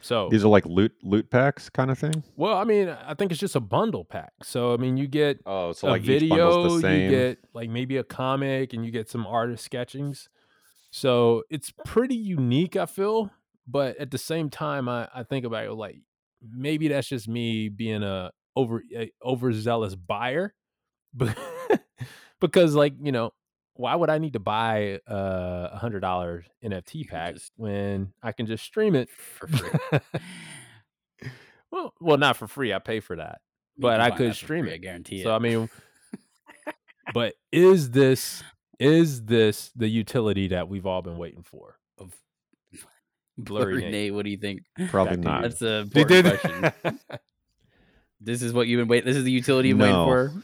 E: so
C: these are like loot loot packs kind of thing
E: well i mean i think it's just a bundle pack so i mean you get
C: Oh, so
E: a
C: like each
E: video,
C: bundle's the
E: you
C: same.
E: get like maybe a comic, and you get some artist sketchings. So it's pretty unique, I feel. But at the same time, I, I think about it like maybe that's just me being a over a overzealous buyer, but because like you know why would I need to buy uh, a hundred dollar NFT
D: can
E: pack
D: just-
E: when I can just stream it?
D: for free.
E: well, well, not for free. I pay for that.
D: You
E: But
D: can
E: I
D: buy
E: could
D: that for
E: stream
D: free, I
E: it.
D: guarantee
E: So I
D: it.
E: mean, but is this is this the utility that we've all been waiting for?
D: Of-
E: Blurry
D: Blurry
E: Nate.
D: Nate, what do you think?
C: Probably
E: Back to
C: not.
E: you.
D: That's a
E: They
D: important
E: did-
D: question. This is what you've been waiting. This is the utility you've been
C: No.
D: waiting for.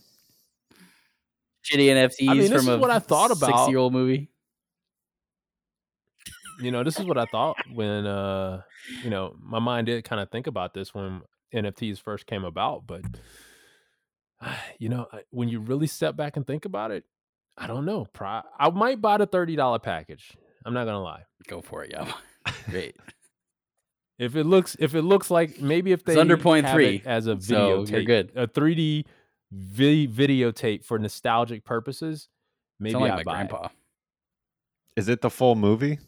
D: Shitty NFTs
E: this
D: from
E: is
D: a
E: what I thought about.
D: six-year-old movie.
E: you know, this is what I thought when uh, you know, my mind did kind of think about this when NFTs first came about, but you know, I- when you really step back and think about it, I don't know. Pro- I might buy the thirty dollar package. I'm not gonna lie.
D: Go for it, yo. Great.
E: If it looks, if it looks like maybe if they
D: It's under point
E: have it
D: three,
E: as a
D: so
E: videotape,
D: you're good.
E: a 3D vi- videotape for nostalgic purposes, maybe
D: Sound like
E: I
D: my
E: buy it.
D: grandpa.
C: Is it the full movie?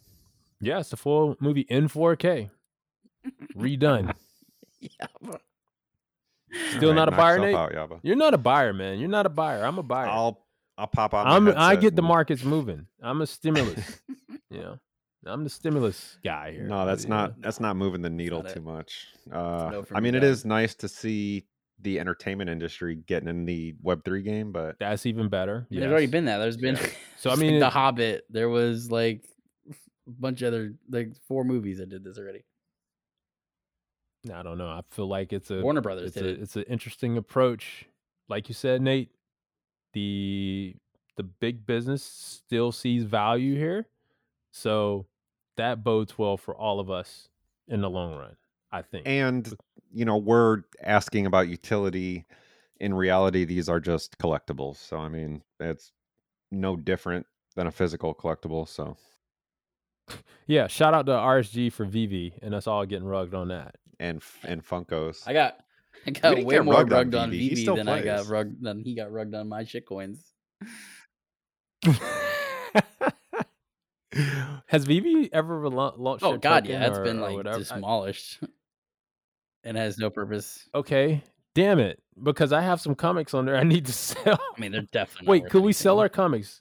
E: Yeah, it's the full movie in 4K, redone.
D: Yeah. bro.
E: Still
C: All
E: not a
C: knock
E: buyer,
C: yourself
E: Nate?
C: out, Yaba.
E: You're not a buyer, man. You're not a buyer. I'm a buyer.
C: I'll I'll pop on.
E: I'm. I get the markets
C: market.
E: moving. I'm a stimulus. you know, I'm the stimulus guy here.
C: No, that's
E: Yeah.
C: not that's not moving the needle
D: not
C: too
D: it.
C: much. Uh,
D: no for
C: I
D: me,
C: mean, it
D: guys.
C: is nice to see the entertainment industry getting in the Web three game, but
E: That's even better.
D: There's already
E: yes.
D: been that. There's been.
E: So I
D: just like
E: mean,
D: The
E: it-
D: Hobbit. There was like a bunch of other like four movies that did this already.
E: I don't know. I feel like it's a
D: Warner Brothers
E: it's
D: did
E: a,
D: it.
E: it's an interesting approach. Like you said, Nate, the the big business still sees value here. So that bodes well for all of us in the long run, I think.
C: and you know we're asking about utility. In reality, these are just collectibles. So I mean, it's no different than a physical collectible. So
E: yeah, shout out to RSG for VV and us all getting rugged on that.
C: and f- and Funkos.
D: I got. I got
C: didn't
D: way
C: get
D: more
C: rugged
D: rugged,
C: on
D: on
C: VV. He
D: VB
C: still
D: than I got
C: plays.
D: rugged than he got rugged on my shit coins.
E: Has VB ever rela- launched?
D: Oh
E: their
D: god,
E: token
D: yeah, it's
E: or-
D: been
E: or
D: like
E: whatever? I-
D: demolished. It has no purpose.
E: okay, damn it, because I have some comics on there I need to sell.
D: I mean, they're definitely. not
E: Wait,
D: worth
E: could we sell our
D: anything.
E: comics?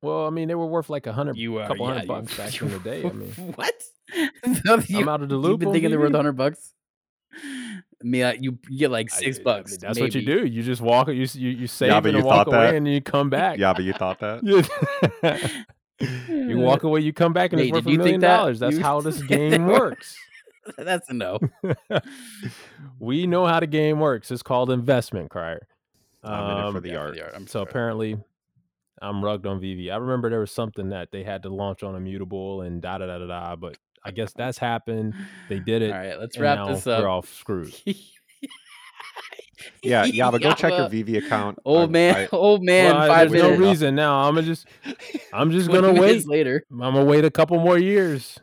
E: Well, I mean, they were worth like a hundred,
D: You are
E: couple
D: yeah,
E: hundred
D: you-
E: bucks back in the day. I mean,
D: what?
E: I'm
D: you,
E: out of the
D: have
E: loop.
D: been
E: on
D: thinking they're worth
E: VB.
D: 100 bucks? Mia, you, you get like
E: I- I
D: six
E: mean,
D: bucks.
E: that's what you
D: maybe.
E: do. You just walk. You s- you, you save
C: but
E: and
C: you
E: walk
C: thought
E: away,
C: that?
E: and you come back.
C: Yeah, but you thought that.
E: Yeah. you walk away, you come back, and
D: Nate,
E: it's worth a
D: did you think
E: million
D: that?
E: dollars. That's
D: You-
E: how this game works.
D: That's a no.
E: we know how the game works. It's called investment, Crier.
C: I'm in it for
E: Um,
C: the
D: yeah, for
C: art.
D: the art. I'm
E: so
D: sorry.
E: apparently, I'm rugged on VV. I remember there was something that they had to launch on Immutable and da da da da da. But I guess that's happened. They did it.
D: All right, let's
E: and
D: wrap
E: now
D: this
E: We're all
D: up.
E: screwed.
C: Yeah, yeah, but go check your
D: Yaba.
C: VV account.
D: Old
C: I-
D: man,
C: I-
D: old man.
E: Well, I-
D: five
E: there's no
D: minutes.
E: reason now. I'm just, I'm just
D: 20
E: gonna wait.
D: minutes later.
E: I'm gonna wait a couple more years.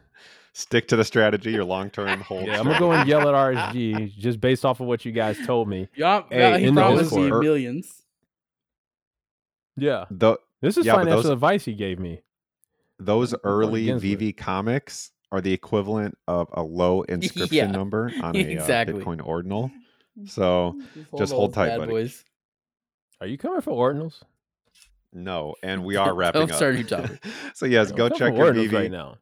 C: stick to the strategy, your long term hold.
E: Yeah, I'm gonna go and yell at RSG just based off of what you guys told me.
D: Yeah,
C: Hey,
D: yeah, he
E: in the
D: promised me
C: Discord-
D: millions.
E: Yeah,
C: strategy. Tho-
E: this is
C: Yeah, but
E: financial
C: those-
E: advice he gave me.
C: those
E: I'm going
C: early
E: against it.
C: VV comics are the equivalent of a low inscription
D: Yeah,
C: number on a
D: exactly.
C: uh, Bitcoin ordinal. So Just
D: on,
C: hold tight,
D: bad
C: buddy.
D: boys.
E: Are you coming for ordinals?
C: no, and we are
D: Don't
C: wrapping up.
D: start a new topic.
C: so yes,
E: I'm
C: go
E: coming
C: check
E: for
C: your
E: ordinals
C: VV.
E: right now.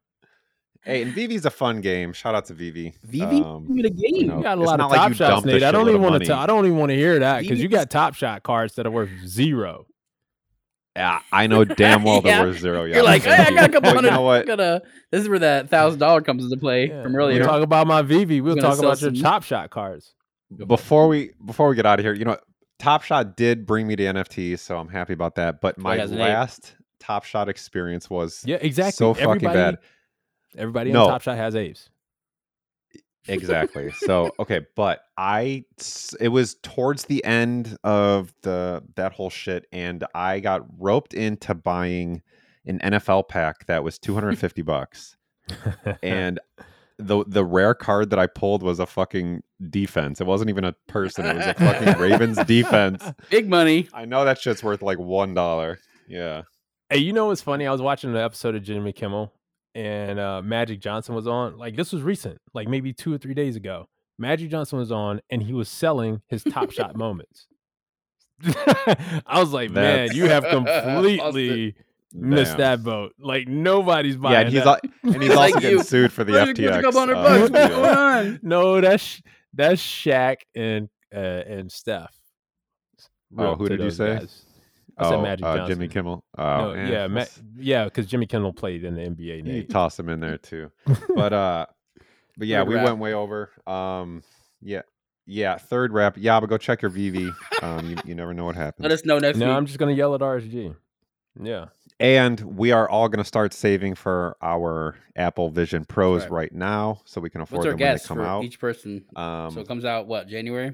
C: Hey, and VV's a fun game. Shout out to VV.
D: VV
C: Um,
D: in a game.
C: you
E: You
C: know,
E: got a
C: it's
E: lot
C: not
E: of
C: like
E: top
C: you
E: shots,
C: dumped a
E: Nate. I don't
C: shitload of
E: even want
C: money.
E: to. I don't even want to hear that because you
D: Phoenix-
E: got top shot cards that are worth zero.
C: Yeah, I know damn well
D: Yeah.
C: there were zero.
D: You're like,
C: thank
D: hey, I
C: you."
D: got a couple
C: But
D: hundred.
C: You know what?
D: got a- this is where that thousand dollar comes into play
E: Yeah.
D: from earlier.
E: We'll talk about my Vivi. We'll
D: gonna
E: talk
D: sell
E: about your
D: some-
E: top shot cards.
C: Before we before we get out of here, you know, Top Shot did bring me to NFTs, so I'm happy about that. But my
D: has an eight.
C: last Top Shot experience was
E: Yeah, exactly.
C: so fucking
E: everybody,
C: bad.
E: Everybody
C: No.
E: in top shot has apes.
C: Exactly. So okay, but I s- it was towards the end of the that whole shit, and I got roped into buying an NFL pack that was 250 bucks, and the the rare card that I pulled was a fucking defense. It wasn't even a person. It was a fucking Ravens defense.
D: Big money.
C: I know that shit's worth like one dollar. Yeah.
E: Hey, you know what's funny? I was watching an episode of Jimmy Kimmel and uh, Magic Johnson was on. Like this was recent, like maybe two or three days ago. Magic Johnson was on and he was selling his top shot moments. I was like, man, you have
D: That's- Lost it.
E: completely missed
C: Damn.
E: that boat. Like nobody's buying.
C: Yeah, and he's
E: that.
C: al- and he's
D: It's
C: also
D: like
C: getting
D: you.
C: sued for the
D: Where's your
C: FTX.
D: couple hundred
C: uh,
D: bucks? What's
C: deal.
D: going on?
E: no, that's Sh- that's Shaq and uh, and Steph.
C: Oh, who
E: to
C: did you
E: those
C: say?
E: guys. I said Magic
C: uh,
E: Johnson.
C: Jimmy Kimmel. Oh,
E: No,
C: eh,
E: yeah, Ma-
C: that's-
E: yeah, because Jimmy Kimmel played in the NBA.
C: you
E: Nate.
C: toss him in there too. But uh, but yeah,
D: Third
C: we
D: wrap.
C: went way over. Um, yeah, yeah, third wrap. Yeah, but go check your VV. Um, you, you never know what happens.
D: Let us know next
E: No,
D: week.
E: I'm just gonna yell at RSG. Yeah,
C: And we are all going to start saving for our Apple Vision Pros
D: right.
C: right. now, so we can afford
D: What's our
C: them when they
D: guess
C: come
D: for
C: out.
D: each person?
C: um,
D: so it comes out what January?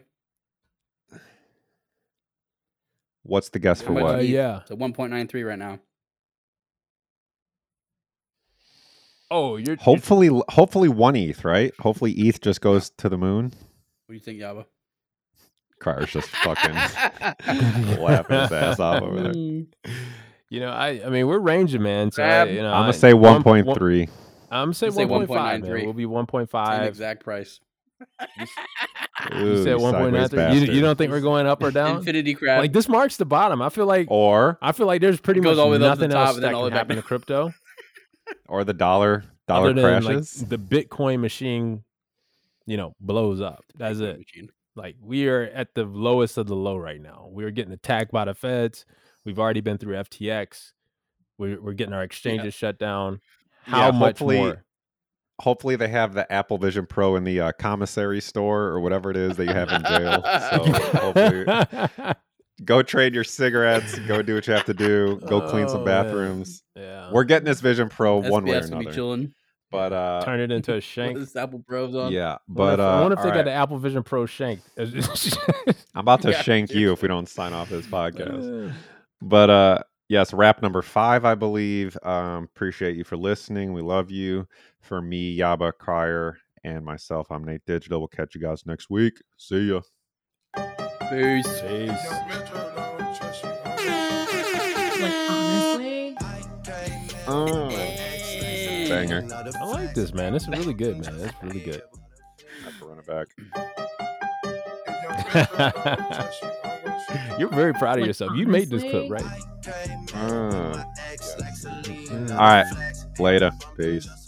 C: what's the guess
D: How
C: for
D: much
E: Uh,
C: what?
D: do you-
E: yeah.
D: So 1.93 right now.
E: Oh, you're
C: Hopefully, hopefully one ETH, right? Hopefully ETH just goes to the moon.
D: What do you think, Yaba?
C: Crier's just fucking laughing his ass off over there.
D: Mm.
E: You know, I I mean we're ranging, man. So I,
D: Grab-
E: you know,
C: I'm
E: I-
C: gonna say
E: one- one-
C: 1.3.
E: I'm gonna say
D: I'll say
E: 1.5. man.
D: 1.93.
E: We'll be
D: Same
E: 1.5.
D: exact price.
E: You said
C: Ooh, sideways
E: 1.93. You, you
C: bastard.
E: don't think we're going up or down?
D: Infinity crab.
E: like this marks the bottom. I feel like
C: or
E: I feel like there's pretty
D: It goes
E: much
D: all the way up to the
E: nothing
D: top
E: else
D: and then
E: that
D: all the
E: can
D: way back
E: happen to crypto
C: or the dollar dollar
E: other than like,
C: crashes.
E: the Bitcoin machine, you know, blows up. That's it.
D: Machine.
E: Like we are at the lowest of the low right now. We're getting attacked by the feds. We've already been through FTX. We're, we're getting our exchanges shut down. How
C: Yeah,
E: much
C: hopefully-
E: more?
C: Hopefully, they have the Apple Vision Pro in the uh, commissary store or whatever it is that you have in jail. So Oh, hopefully, go trade your cigarettes. Go do what you have to do. Go clean some
E: Oh, man. Oh.
C: bathrooms.
E: yeah.
C: We're getting this Vision Pro one way or
D: SBS would be
C: another.
D: chilling.
C: But uh,
E: Turn it into a
D: With
E: shank.
D: this Apple Pro's on.
C: yeah,
E: Wonder
C: but
E: if- I
C: uh,
E: wonder if they
C: all
E: got
C: right.
E: the Apple Vision Pro shank.
C: I'm about to
D: Yeah,
C: shank you if
D: seriously.
C: we don't sign off this podcast.
E: Uh,
C: But uh yes, wrap number five, I believe. Um, appreciate you for listening. We love you. For me, Yaba Crier, and myself, I'm Nate Digital. We'll catch you guys next week. See ya.
D: Peace.
E: Jeez.
A: Like honestly.
B: I can't Oh. Banger.
E: I like this, man. This is really good, man. That's really good.
B: I have to run it back.
E: You're very proud of
A: Like,
E: yourself. You made this clip, right?
B: Mm.
C: Mm.
B: All right. Later. Peace.